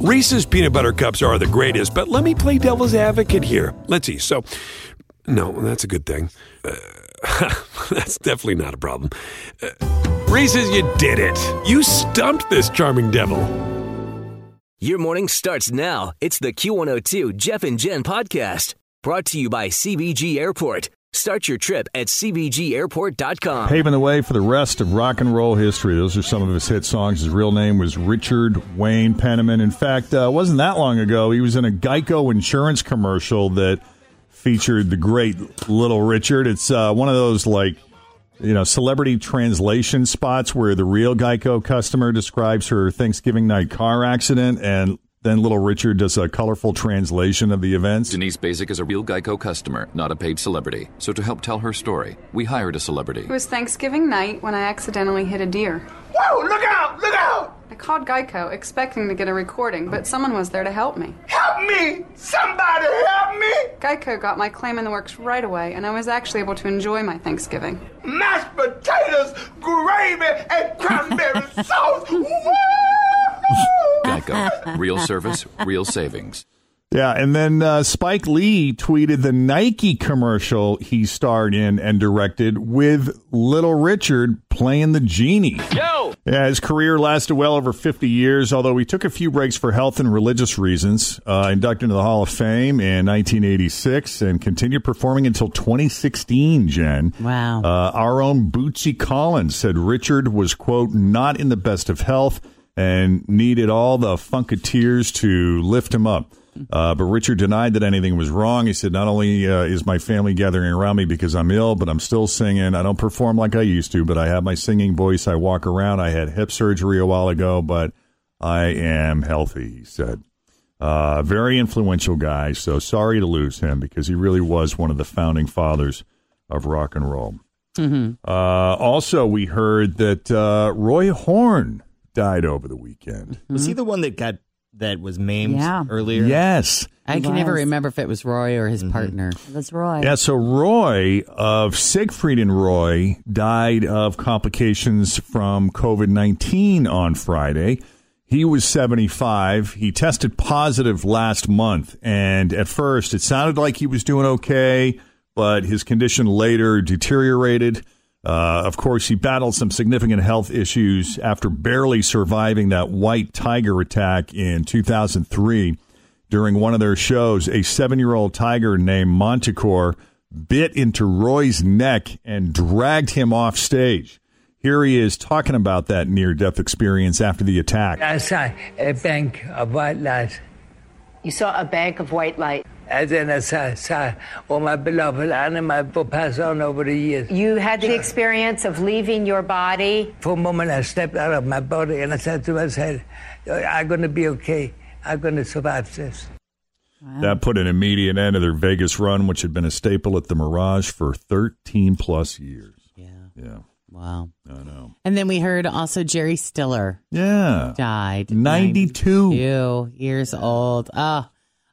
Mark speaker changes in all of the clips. Speaker 1: Reese's peanut butter cups are the greatest, but let me play devil's advocate here. Let's see. So, no, that's a good thing. Uh, that's definitely not a problem. Uh, Reese's, you did it. You stumped this charming devil.
Speaker 2: Your morning starts now. It's the Q102 Jeff and Jen podcast brought to you by CBG Airport. Start your trip at CBGAirport.com.
Speaker 3: Paving the way for the rest of rock and roll history. Those are some of his hit songs. His real name was Richard Wayne Penniman. In fact, uh, it wasn't that long ago, he was in a Geico insurance commercial that featured the great Little Richard. It's uh, one of those, like, you know, celebrity translation spots where the real Geico customer describes her Thanksgiving night car accident and then Little Richard does a colorful translation of the events.
Speaker 4: Denise Basic is a real Geico customer, not a paid celebrity. So to help tell her story, we hired a celebrity.
Speaker 5: It was Thanksgiving night when I accidentally hit a deer.
Speaker 6: Whoa, look out, look out!
Speaker 5: I called Geico expecting to get a recording, but someone was there to help me.
Speaker 6: Help me! Somebody help me!
Speaker 5: Geico got my claim in the works right away, and I was actually able to enjoy my Thanksgiving.
Speaker 6: Mashed potatoes, gravy, and cranberry sauce! Woo!
Speaker 4: Geico. Real service, real savings.
Speaker 3: Yeah, and then uh, Spike Lee tweeted the Nike commercial he starred in and directed with Little Richard playing the genie.
Speaker 7: Yo!
Speaker 3: Yeah, his career lasted well over 50 years, although he took a few breaks for health and religious reasons, uh, inducted into the Hall of Fame in 1986, and continued performing until 2016, Jen.
Speaker 8: Wow.
Speaker 3: Uh, our own Bootsy Collins said Richard was, quote, not in the best of health and needed all the funketeers to lift him up. Uh, but Richard denied that anything was wrong. He said, Not only uh, is my family gathering around me because I'm ill, but I'm still singing. I don't perform like I used to, but I have my singing voice. I walk around. I had hip surgery a while ago, but I am healthy, he said. Uh, very influential guy. So sorry to lose him because he really was one of the founding fathers of rock and roll. Uh, also, we heard that uh, Roy Horn died over the weekend.
Speaker 9: Was he the one that got that was maimed
Speaker 8: Yeah.
Speaker 9: earlier? Mm-hmm.
Speaker 3: Yes.
Speaker 8: I can
Speaker 10: was.
Speaker 8: never remember if it was Roy or his partner.
Speaker 10: That's Mm-hmm. Roy.
Speaker 3: Yeah, so Roy of Siegfried and Roy died of complications from COVID 19 on Friday. He was 75. He tested positive last month. And at first, it sounded like he was doing okay, but his condition later deteriorated. Uh, of course, he battled some significant health issues after barely surviving that white tiger attack in 2003 during one of their shows, a seven year old tiger named Montecore bit into Roy's neck and dragged him off stage. Here he is talking about that near death experience after the attack.
Speaker 11: I saw a bank of white light,
Speaker 12: You saw a bank of white light.
Speaker 11: and then I saw, saw all my beloved animals who passed on over the years.
Speaker 12: You had the experience of leaving your body.
Speaker 11: For a moment, I stepped out of my body and I said to myself, I'm going to be okay. I'm going to survive this.
Speaker 3: That put an immediate end to their Vegas run, which had been a staple at the Mirage for 13 plus years.
Speaker 8: Yeah.
Speaker 3: Yeah,
Speaker 8: Wow.
Speaker 3: I know.
Speaker 8: And then we heard also Jerry Stiller
Speaker 3: Yeah.
Speaker 8: died.
Speaker 3: 92.
Speaker 8: 92 years old. Oh,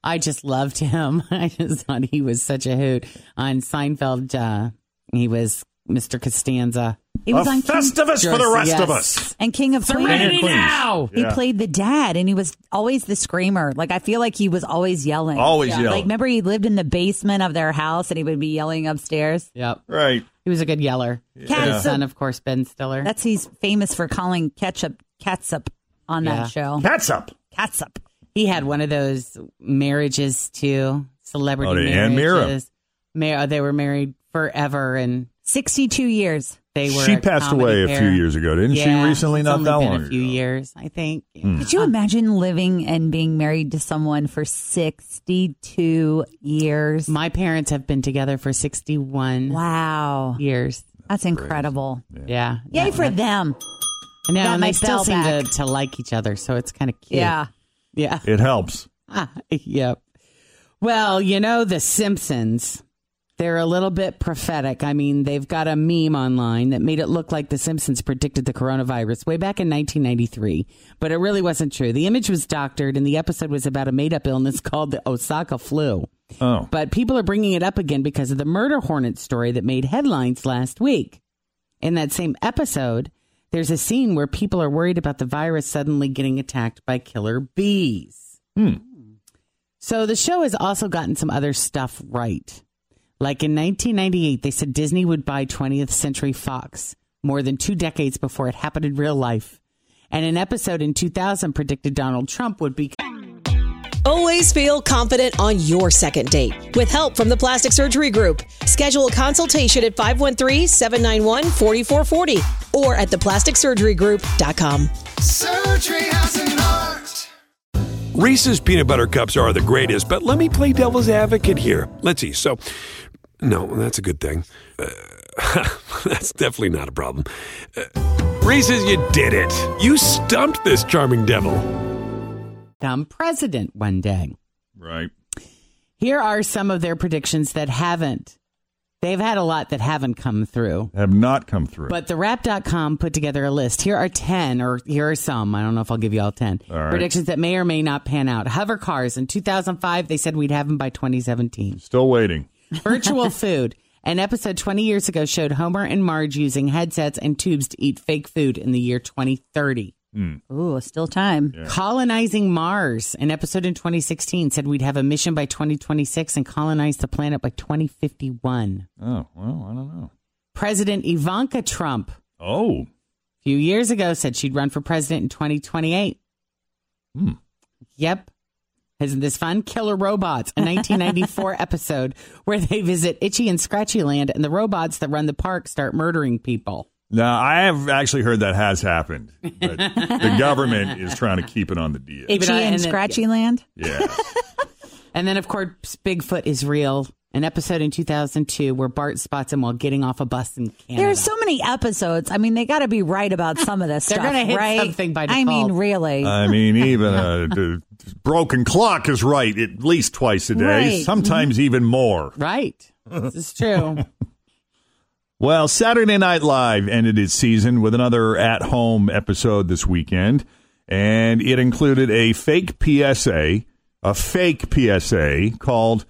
Speaker 8: I just loved him. I just thought he was such a hoot. On Seinfeld, uh, he was Mr. Costanza.
Speaker 10: He was
Speaker 3: a
Speaker 10: on King,
Speaker 3: festivus for the rest of
Speaker 8: Yes.
Speaker 3: us.
Speaker 10: and King of Queens.
Speaker 3: Serenity Queens.
Speaker 8: now!
Speaker 10: He
Speaker 3: Yeah.
Speaker 10: played the dad, and he was always the screamer. Like I feel like he was always yelling.
Speaker 3: Always Yeah. yelling.
Speaker 10: Like remember, he lived in the basement of their house, and he would be yelling upstairs.
Speaker 8: Yep.
Speaker 3: Right.
Speaker 8: He was a good yeller.
Speaker 10: Cat-
Speaker 8: His son, of course, Ben Stiller.
Speaker 10: That's he's famous for calling ketchup catsup on
Speaker 8: Yeah.
Speaker 10: that show.
Speaker 3: Cats up.
Speaker 10: Catsup.
Speaker 8: He had one of those marriages too, celebrity
Speaker 3: Oh, to Ann Mira.
Speaker 8: marriages. Mar- they were married forever, and
Speaker 10: Sixty-two years.
Speaker 8: they were.
Speaker 3: She
Speaker 8: a
Speaker 3: passed
Speaker 8: comedy
Speaker 3: away a
Speaker 8: pair.
Speaker 3: few years ago, didn't
Speaker 8: Yeah,
Speaker 3: she? Recently,
Speaker 8: it's
Speaker 3: not
Speaker 8: only
Speaker 3: that
Speaker 8: been
Speaker 3: long
Speaker 8: A few
Speaker 3: ago. Hmm.
Speaker 8: years, I think.
Speaker 10: Could you imagine living and being married to someone for sixty-two years?
Speaker 8: My parents have been together for sixty-one
Speaker 10: wow,
Speaker 8: years.
Speaker 10: that's incredible.
Speaker 8: Yeah,
Speaker 10: Yay for them.
Speaker 8: No,
Speaker 10: Got
Speaker 8: and
Speaker 10: my
Speaker 8: they still
Speaker 10: bell
Speaker 8: seem to,
Speaker 10: back.
Speaker 8: to like each other, so it's kind of cute.
Speaker 10: Yeah.
Speaker 8: yeah.
Speaker 3: It helps.
Speaker 8: Ah, yep. Well, you know, The Simpsons, they're a little bit prophetic. I mean, they've got a meme online that made it look like The Simpsons predicted the coronavirus way back in 1993, but it really wasn't true. The image was doctored, and the episode was about a made up illness called the Osaka flu.
Speaker 3: Oh.
Speaker 8: But people are bringing it up again because of the murder hornet story that made headlines last week. In that same episode, there's a scene where people are worried about the virus suddenly getting attacked by killer bees. So the show has also gotten some other stuff right. Like in 1998, they said Disney would buy 20th Century Fox more than two decades before it happened in real life. And an episode in 2000 predicted Donald Trump would be.
Speaker 7: Always feel confident on your second date. With help from the Plastic Surgery Group, schedule a consultation at 513 791 4440 or at theplasticsurgerygroup.com.
Speaker 6: Surgery has an art.
Speaker 1: Reese's peanut butter cups are the greatest, but let me play devil's advocate here. Let's see. So, no, that's a good thing. Uh, that's definitely not a problem. Uh, Reese's, you did it. You stumped this charming devil.
Speaker 8: Dumb president one day.
Speaker 3: Right.
Speaker 8: Here are some of their predictions that haven't. They've had a lot that haven't come through.
Speaker 3: Have not come through.
Speaker 8: But the rap.com put together a list. Here are 10 or here are some. I don't know if I'll give you all 10.
Speaker 3: All right.
Speaker 8: Predictions that may or may not pan out. Hover cars in 2005, they said we'd have them by 2017.
Speaker 3: Still waiting.
Speaker 8: Virtual food. An episode 20 years ago showed Homer and Marge using headsets and tubes to eat fake food in the year 2030.
Speaker 10: Ooh, still time.
Speaker 8: Colonizing Mars. An episode in 2016 said we'd have a mission by 2026 and colonize the planet by 2051.
Speaker 3: Oh, well, I don't know.
Speaker 8: President Ivanka Trump a
Speaker 3: Oh,
Speaker 8: few years ago said she'd run for president in 2028.
Speaker 3: Hmm.
Speaker 8: Yep. Isn't this fun? Killer Robots, a 1994 episode where they visit Itchy and Scratchy Land and the robots that run the park start murdering people.
Speaker 3: now I have actually heard that has happened. But the government is trying to keep it on the DL.
Speaker 8: Keep it
Speaker 10: Itchy
Speaker 8: on-
Speaker 10: and
Speaker 8: and then-
Speaker 10: Scratchy Land.
Speaker 3: Yeah.
Speaker 8: And then, of course, Bigfoot is real. An episode in 2002 where Bart spots him while getting off a bus in Canada.
Speaker 10: There are so many episodes. I mean, they got to be right about some of this
Speaker 8: They're
Speaker 10: stuff,
Speaker 8: gonna hit
Speaker 10: right?
Speaker 8: something by
Speaker 10: I mean,
Speaker 8: default.
Speaker 10: really.
Speaker 3: I mean, even a d- broken clock is right at least twice a day,
Speaker 10: Right.
Speaker 3: sometimes even more.
Speaker 8: right. This is true.
Speaker 3: Well, Saturday Night Live ended its season with another at home episode this weekend, and it included a fake PSA, a fake PSA called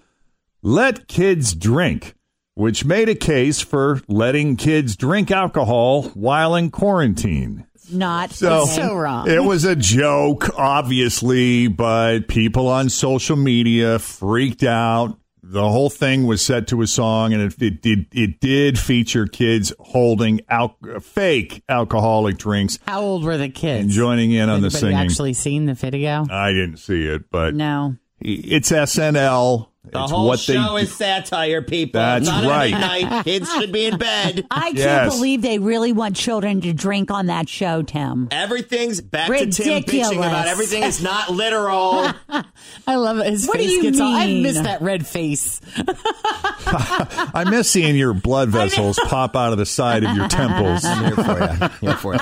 Speaker 3: Let Kids Drink, which made a case for letting kids drink alcohol while in quarantine.
Speaker 10: Not
Speaker 3: So,
Speaker 10: so wrong.
Speaker 3: It was a joke, obviously, but people on social media freaked out. The whole thing was set to a song, and it, it did it did feature kids holding al- fake alcoholic drinks
Speaker 8: How old were the kids?
Speaker 3: and joining in on the
Speaker 8: Anybody
Speaker 3: singing.
Speaker 8: actually seen the video?
Speaker 3: I didn't see it, but
Speaker 10: no.
Speaker 3: it's SNL.
Speaker 9: The
Speaker 3: it's
Speaker 9: whole
Speaker 3: what
Speaker 9: show
Speaker 3: they
Speaker 9: is satire, people.
Speaker 3: That's
Speaker 9: Saturday
Speaker 3: right.
Speaker 9: night, kids should be in bed.
Speaker 10: I can't
Speaker 3: Yes.
Speaker 10: believe they really want children to drink on that show, Tim.
Speaker 9: Everything's back to Tim
Speaker 10: Ridiculous.
Speaker 9: bitching about everything is not literal.
Speaker 8: I love it. His
Speaker 10: What do
Speaker 8: face
Speaker 10: you
Speaker 8: gets all- I
Speaker 10: mean?
Speaker 8: miss that red face.
Speaker 3: I miss seeing your blood vessels pop out of the side of your temples.
Speaker 9: Here for you.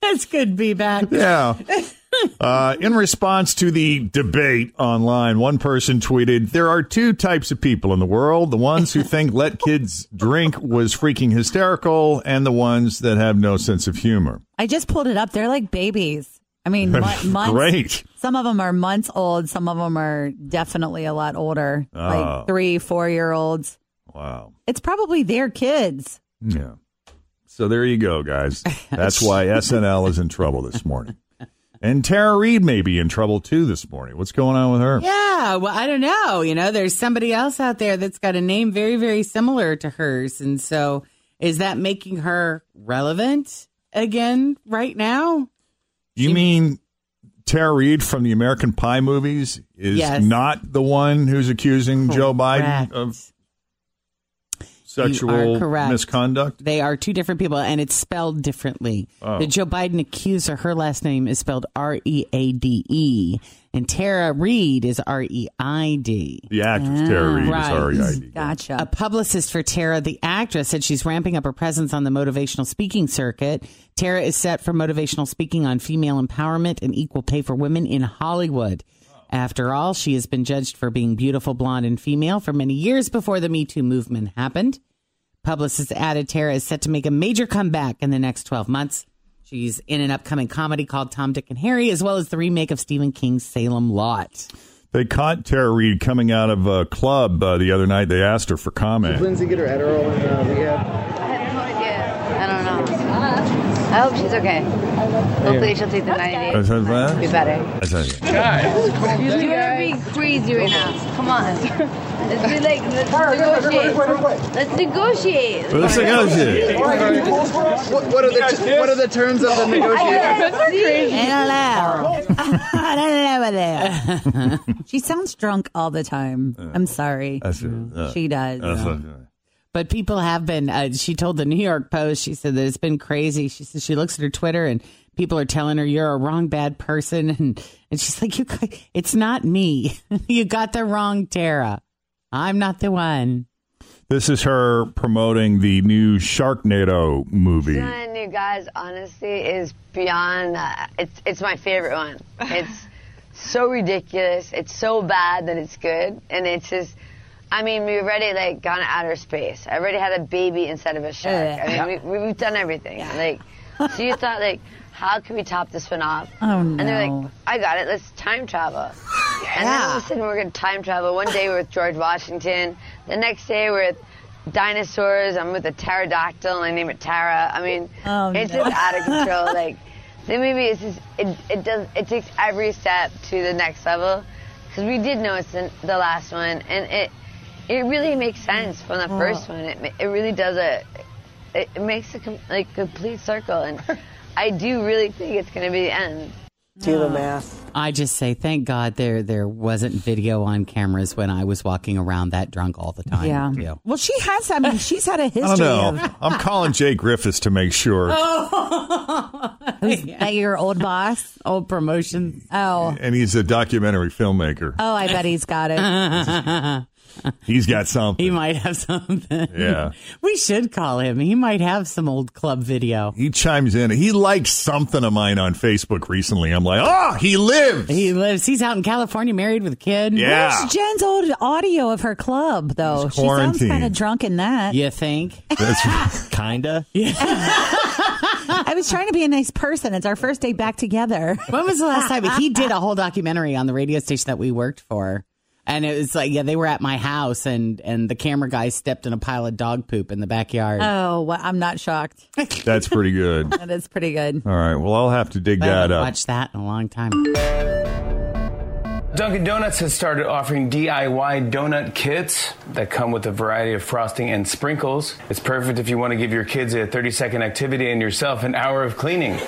Speaker 8: That's good be back.
Speaker 3: Yeah. Uh, in response to the debate online, one person tweeted, There are two types of people in the world the ones who think let kids drink was freaking hysterical, and the ones that have no sense of humor.
Speaker 10: I just pulled it up. They're like babies. I mean, mo- months.
Speaker 3: Great.
Speaker 10: Some of them are months old. Some of them are definitely a lot older,
Speaker 3: Oh.
Speaker 10: like three, four year olds.
Speaker 3: Wow.
Speaker 10: It's probably their kids.
Speaker 3: Yeah. So there you go, guys. That's why SNL is in trouble this morning. And Tara Reid may be in trouble too this morning. What's going on with her?
Speaker 8: Yeah, well, I don't know. You know, there's somebody else out there that's got a name very, very similar to hers. And so is that making her relevant again right now?
Speaker 3: You mean Tara Reid from the American Pie movies is
Speaker 8: Yes.
Speaker 3: not the one who's accusing Joe Biden uh,
Speaker 8: Correct.
Speaker 3: of
Speaker 8: You
Speaker 3: sexual
Speaker 8: are correct.
Speaker 3: misconduct?
Speaker 8: They are two different people and it's spelled differently.
Speaker 3: Oh.
Speaker 8: The Joe Biden accuser, her last name is spelled R E A D E, and Tara Reid is R E I D.
Speaker 3: The actress Tara Reid
Speaker 8: right.
Speaker 3: is REID.
Speaker 10: Gotcha.
Speaker 8: A publicist for Tara, the actress, said she's ramping up her presence on the motivational speaking circuit. Tara is set for motivational speaking on female empowerment and equal pay for women in Hollywood. After all, she has been judged for being beautiful, blonde, and female for many years before the Me Too movement happened. Publicist added Tara is set to make a major comeback in the next 12 months. She's in an upcoming comedy called Tom, Dick, and Harry, as well as the remake of Stephen King's Salem Lot.
Speaker 3: They caught Tara Reid coming out of a club uh, the other night. They asked her for comment.
Speaker 12: I have no idea. I don't know.
Speaker 8: I hope she's okay. Hopefully she'll take the 90
Speaker 3: Is that bad?
Speaker 8: Be better.
Speaker 3: Is that-
Speaker 8: Guys, you're being crazy right now. Come on. Let's be like, let's negotiate. Let's negotiate.
Speaker 3: Well, let's negotiate.
Speaker 13: What, what are the what are the terms of the
Speaker 8: I
Speaker 13: negotiation?
Speaker 8: gotta see.
Speaker 5: I don't know. I don't know about that. she sounds drunk all the time. I'm sorry.
Speaker 9: That's it.
Speaker 3: Uh,
Speaker 5: she does.
Speaker 9: that's it. But people have been. Uh, she told the New York Post. She said that it's been crazy. She says she looks at her Twitter and people are telling her you're a wrong bad person, and and she's like, you, gu- it's not me. you got the wrong Tara. I'm not the one.
Speaker 3: This is her promoting the new Sharknado movie.
Speaker 8: One, you guys, honestly, is beyond. Uh, it's it's my favorite one. It's so ridiculous. It's so bad that it's good, and it's just. I mean, we already like gone to outer space. I already had a baby instead of a
Speaker 5: Eh.
Speaker 8: shark. I mean, we, we've done everything. Like, so you thought like, how can we top this one off?
Speaker 5: Oh,
Speaker 8: And they're
Speaker 5: no.
Speaker 8: like, I got it. Let's time travel. And then all of a sudden we're gonna time travel. One day we're with George Washington. The next day we're with dinosaurs. I'm with a pterodactyl. and I name it Tara. I mean,
Speaker 5: Oh,
Speaker 8: it's
Speaker 5: no.
Speaker 8: just out of control. like the movie is just it, it does it takes every step to the next level because we did know it's the, the last one and it it really makes sense from
Speaker 5: Oh.
Speaker 8: the first one. It ma- it really does a it, it makes a com- like complete circle and. I do really think it's going to be the end.
Speaker 9: Do the math. I just say thank God there there wasn't video on cameras when I was walking around that drunk all the time.
Speaker 5: Yeah. Well, she has. I mean, she's had a history
Speaker 3: I don't
Speaker 5: of
Speaker 3: know. I'm calling Jay Griffiths to make sure.
Speaker 5: Who's that your old boss?
Speaker 9: Old promotion.
Speaker 5: Oh.
Speaker 3: And he's a documentary filmmaker.
Speaker 5: Oh, I bet he's got it.
Speaker 3: He's got something.
Speaker 9: He might have something.
Speaker 3: Yeah.
Speaker 9: We should call him. He might have some old club video.
Speaker 3: He chimes in. He liked something of mine on Facebook recently. I'm like, oh, he lives.
Speaker 9: He lives. He's out in California, married with a kid.
Speaker 3: Yeah.
Speaker 5: Where's Jen's old audio of her club, though?
Speaker 3: It's
Speaker 5: She sounds
Speaker 3: quarantine.
Speaker 5: kind of drunk in that.
Speaker 9: You think?
Speaker 3: That's
Speaker 14: kinda.
Speaker 5: I was trying to be a nice person. It's our first day back together.
Speaker 9: When was the last time he did a whole documentary on the radio station that we worked for? And it was like, yeah, they were at my house, and and the camera guy stepped in a pile of dog poop in the backyard.
Speaker 5: Oh, well, I'm not shocked.
Speaker 3: That's pretty good.
Speaker 5: That is pretty good.
Speaker 3: All right. Well, I'll have to dig
Speaker 9: I
Speaker 3: that
Speaker 9: haven't
Speaker 3: up.
Speaker 9: watched that in a long time.
Speaker 15: Dunkin' Donuts has started offering DIY donut kits that come with a variety of frosting and sprinkles. It's perfect if you want to give your kids a 30 second activity and yourself an hour of cleaning.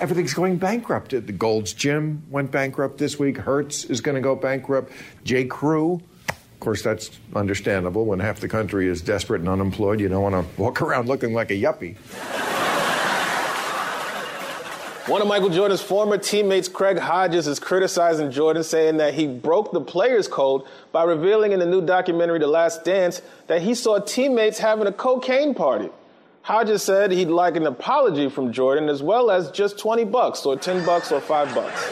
Speaker 13: Everything's going bankrupt. The Gold's Gym went bankrupt this week. Hertz is going to go bankrupt. J. Crew. Of course, that's understandable. When half the country is desperate and unemployed, you don't want to walk around looking like a yuppie.
Speaker 16: One of Michael Jordan's former teammates, Craig Hodges, is criticizing Jordan, saying that he broke the players' code by revealing in the new documentary The Last Dance that he saw teammates having a cocaine party. Hodges said he'd like an apology from Jordan as well as just 20 bucks or 10 bucks or 5 bucks.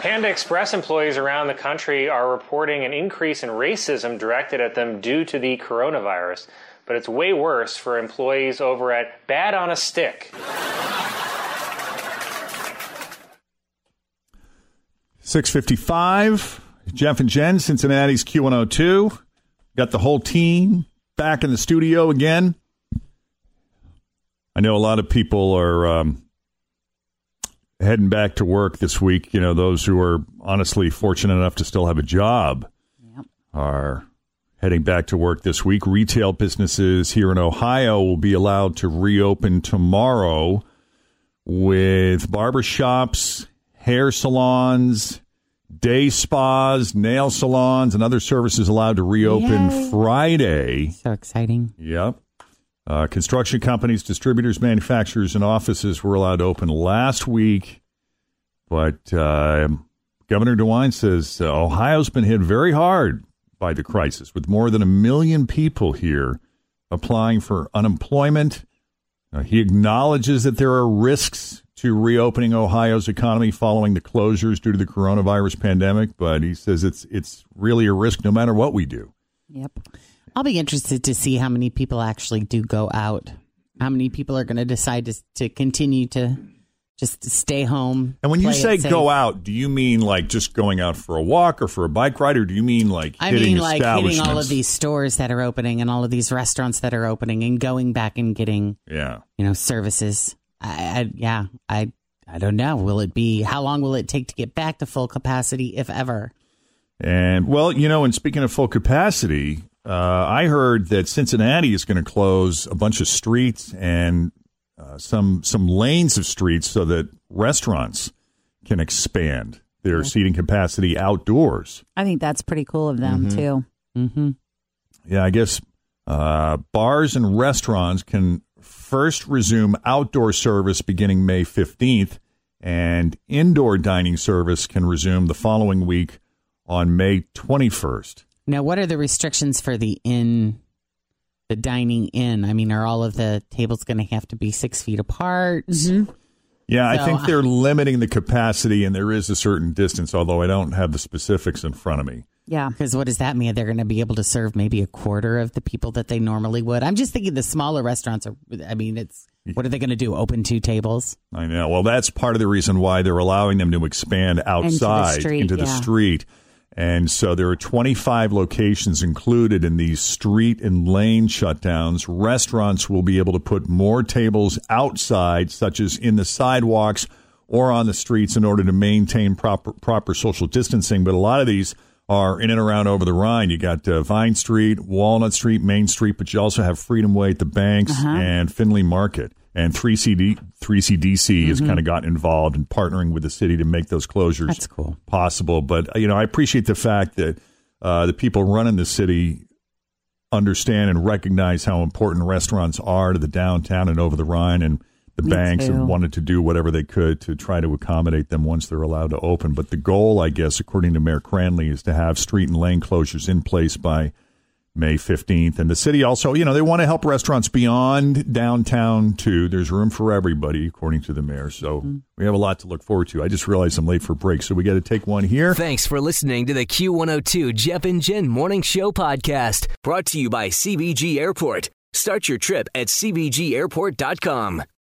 Speaker 17: Panda Express employees around the country are reporting an increase in racism directed at them due to the coronavirus. But it's way worse for employees over at Bad on a Stick.
Speaker 3: Six fifty-five. Jeff and Jen, Cincinnati's Q one hundred two. Got the whole team back in the studio again. I know a lot of people are um, heading back to work this week. You know, those who are honestly fortunate enough to still have a job are heading back to work this week. Retail businesses here in Ohio will be allowed to reopen tomorrow with barbershops, hair salons, day spas, nail salons, and other services allowed to reopen Friday.
Speaker 9: So exciting.
Speaker 3: Yep. Uh, construction companies, distributors, manufacturers, and offices were allowed to open last week. But uh, Governor DeWine says uh, Ohio's been hit very hard by the crisis, with more than a million people here applying for unemployment. Uh, he acknowledges that there are risks to reopening Ohio's economy following the closures due to the coronavirus pandemic, but he says it's it's really a risk no matter what we do.
Speaker 9: Yep. I'll be interested to see how many people actually do go out. How many people are going to decide to, to continue to
Speaker 8: Just stay home.
Speaker 3: And when you
Speaker 8: play it
Speaker 3: say
Speaker 8: safe.
Speaker 3: go out, do you mean like just going out for a walk or for a bike ride, or do you mean like
Speaker 8: I
Speaker 3: hitting
Speaker 8: mean, like hitting all
Speaker 3: establishments?
Speaker 8: of these stores that are opening and all of these restaurants that are opening and going back and getting
Speaker 3: yeah,
Speaker 8: you know, services. I, I yeah, I I don't know. Will it be how long will it take to get back to full capacity, if ever?
Speaker 3: And well, you know, and speaking of full capacity, uh, I heard that Cincinnati is going to close a bunch of streets and uh, some some lanes of streets so that restaurants can expand their seating capacity outdoors.
Speaker 10: I think that's pretty cool of them
Speaker 3: Mhm.
Speaker 10: too.
Speaker 8: Mm-hmm.
Speaker 3: Yeah, I guess uh, bars and restaurants can first resume outdoor service beginning May 15th, and indoor dining service can resume the following week on May 21st.
Speaker 8: Now, what are the restrictions for the in the dining in? I mean, are all of the tables going to have to be six feet apart?
Speaker 3: Yeah,
Speaker 8: So,
Speaker 3: I think
Speaker 8: uh,
Speaker 3: they're limiting the capacity, and there is a certain distance, although I don't have the specifics in front of me.
Speaker 10: Yeah.
Speaker 8: Because what does that mean? They're going to be able to serve maybe a quarter of the people that they normally would. I'm just thinking the smaller restaurants are, I mean, it's, what are they going to do? Open two tables?
Speaker 3: I know. Well, that's part of the reason why they're allowing them to expand outside
Speaker 8: street,
Speaker 3: into the
Speaker 8: yeah.
Speaker 3: street. And so there are 25 locations included in these street and lane shutdowns. Restaurants will be able to put more tables outside, such as in the sidewalks or on the streets, in order to maintain proper proper social distancing. But a lot of these are in and around over the Rhine. You got uh, Vine Street, Walnut Street, Main Street, but you also have Freedom Way at the banks
Speaker 18: Uh-huh.
Speaker 3: and Finley Market. And 3CD, 3CDC has
Speaker 18: Mhm.
Speaker 3: kind of gotten involved in partnering with the city to make those closures
Speaker 8: That's cool.
Speaker 3: possible. But, you know, I appreciate the fact that uh, the people running the city understand and recognize how important restaurants are to the downtown and over the Rhine and the
Speaker 18: Me
Speaker 3: banks
Speaker 18: too.
Speaker 3: and wanted to do whatever they could to try to accommodate them once they're allowed to open. But the goal, I guess, according to Mayor Cranley, is to have street and lane closures in place by May 15th. And the city also, you know, they want to help restaurants beyond downtown, too. There's room for everybody, according to the mayor. So we have a lot to look forward to. I just realized I'm late for break, so we got to take one here.
Speaker 2: Thanks for listening to the Q102 Jeff and Jen Morning Show podcast brought to you by CBG Airport. Start your trip at CBGAirport.com.